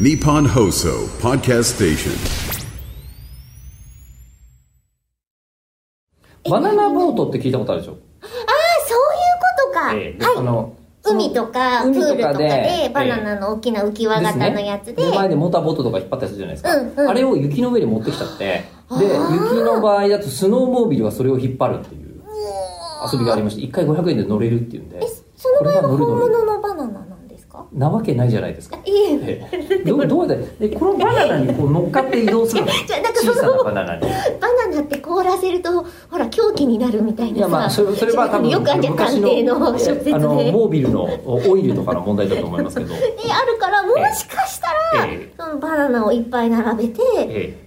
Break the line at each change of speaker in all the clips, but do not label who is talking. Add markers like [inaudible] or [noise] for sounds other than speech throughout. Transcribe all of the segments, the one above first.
Nippon Hoso Podcast Station.
バナナボートって聞いたことあるでしょ、
ああ、そういうことか。
あ
はい。
の
海とか、プ
海
ール
と
とか
かでええ
で、バナナの大きな浮き輪型のやつで、
前でモーターボートとか引っ張ったりするじゃないですか、
うんうん
あれを雪の上に持ってきちゃってで雪の場合だとスノーモービルはそれを引っ張るっていう遊びがありまして1回500円で乗れるっていうんで
その場合は
こ
本
れが乗る乗る
物のバナナなんですか
なわけないじゃないですか
ええ。
ええどどうやってえこのバナナにこう乗っかって移動するの
じゃあ [laughs] なんかそ
小
の
さなバナナ
[laughs]
に
バナナって凍らせると、ほら、狂気になるみたい
い
な
やまあそれそれは多分
よくあるじゃん、探
昔の
偵の小説で。
あ
あ
のモービルのオイルとかの問題だと思います
[laughs]
けどえ
あるから、もしかしたら、
ええ
そのバナナをいっぱい並べて、
え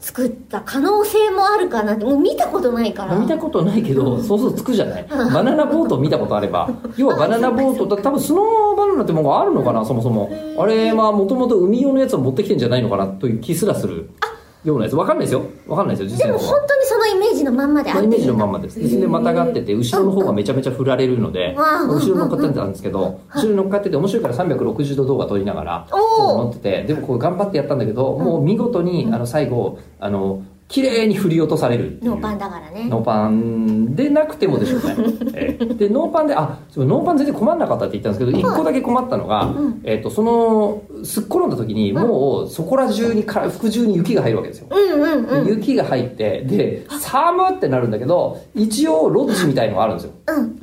作った可能性もあるかなって、もう見たことないから。
見たことないけど想像つくじゃないバナナボート見たことあれば要はバナナボートだ多分スノーバナナってものがあるのかなそもそもあれはもともと海用のやつを持ってきてんじゃないのかなという気すらするようなやつわかんないですよわかんないですよ実
で
際の
も
とこ
本当にそのイメージのまんまで
ろ
あ
イメージのまんまですでそれでまたがってて後ろの方がめちゃめちゃ振られるので
うん
後ろ乗っかってたんですけど後ろ乗っかってて面白いから360度動画撮りながら
おー
こう乗っててでもこう頑張ってやったんだけどもう見事にあの最後あの綺麗に振り落とされるっていう
ノーパンだからね。
ノーパンでなくてもでしょうね。 [laughs] ええで、ノーパンで、あ、そうノーパン全然困んなかったって言ったんですけど、一個だけ困ったのが、えっ、と、その、すっ転んだ時に、もう、そこら中にから、服中に雪が入るわけですよ。
うんうんうん。
で雪が入って、で、寒ってなるんだけど、一応、ロッジみたいのがあるんですよ。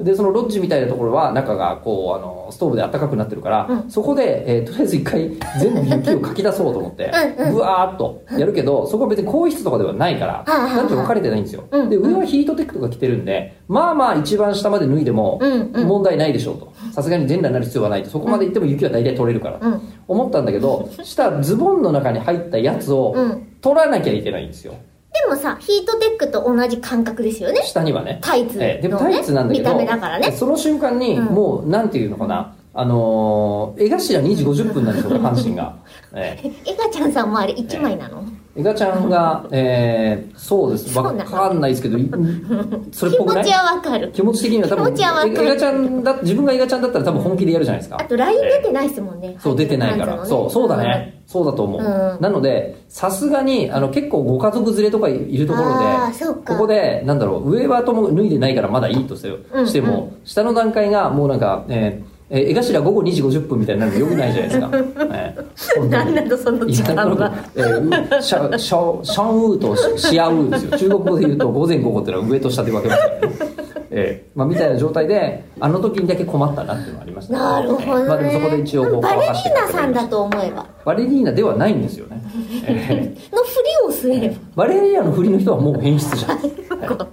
で、そのロッジみたいなところは、中が、こう、あの、ストーブで暖かくなってるから、そこで、えーとりあえず一回、全部雪をかき出そうと思
[laughs]
って、ぶわーっとやるけど、そこは別に更衣室とかではないから、
はいはいはい
なんて分かれてないんですよ。
うん
で、上はヒートテックとか着てるんで、まあまあ、一番下まで脱いでも
うん、うん
問題ないでしょうと。さすがに全裸になる必要はないと。そこまで行っても雪は大体取れるから。
うん
思ったんだけど、下、ズボンの中に入ったやつを
うん、
取らなきゃいけないんですよ。
でもさ、ヒートテックと同じ感覚ですよね。
下にはね
タイツのね
ええでもタイツなんだけど
見た目だからね
その瞬間にもう、なんていうのかなあのー、江頭2時50分なんですよ阪神
[laughs]
が、ええ
エガちゃんさんもあれ1枚なの、
江頭ちゃんが、ええそうです
そうな
わ
の
かんないですけ
[laughs]
どいそれっ
気
ぽくな
持
い
ちはわかる。
気持ち的には多分
気持ちはわかる
え江頭ちゃんだ自分が江頭ちゃんだったら多分本気でやるじゃないですか
あと LINE 出てないですもんね。
そう出てないから、
パンツの
そうそうだね、そうだと思う、
うん
なのでさすがにあの結構ご家族連れとかいるところ
あー
で
そうか
ここでなんだろう上はとも脱いでないからまだいいとしてよ
うん
しても、下の段階がもうなんか、えーえー江頭午後2時50分みたいになるのよくないじゃないです
[laughs]
か。えー
なんなのそ
[laughs]
の
い
時
やな
間
ん
は
か。えーシャシャシャンウーとシシアウーですよ中国語で言うと午前午後っていうのは上と下で分けますからね、えーまあ、みたいな状態であの時にだけ困ったなっていうのはありましたね
なるほど、ね。
まあ、でもそこで一応こう
バレリ
乾かして
ーナさんだと思えば。
バレリーナではないんですよね、え
のふりをすれば。
ーバレリーナの振りの人はもう変質者
そっか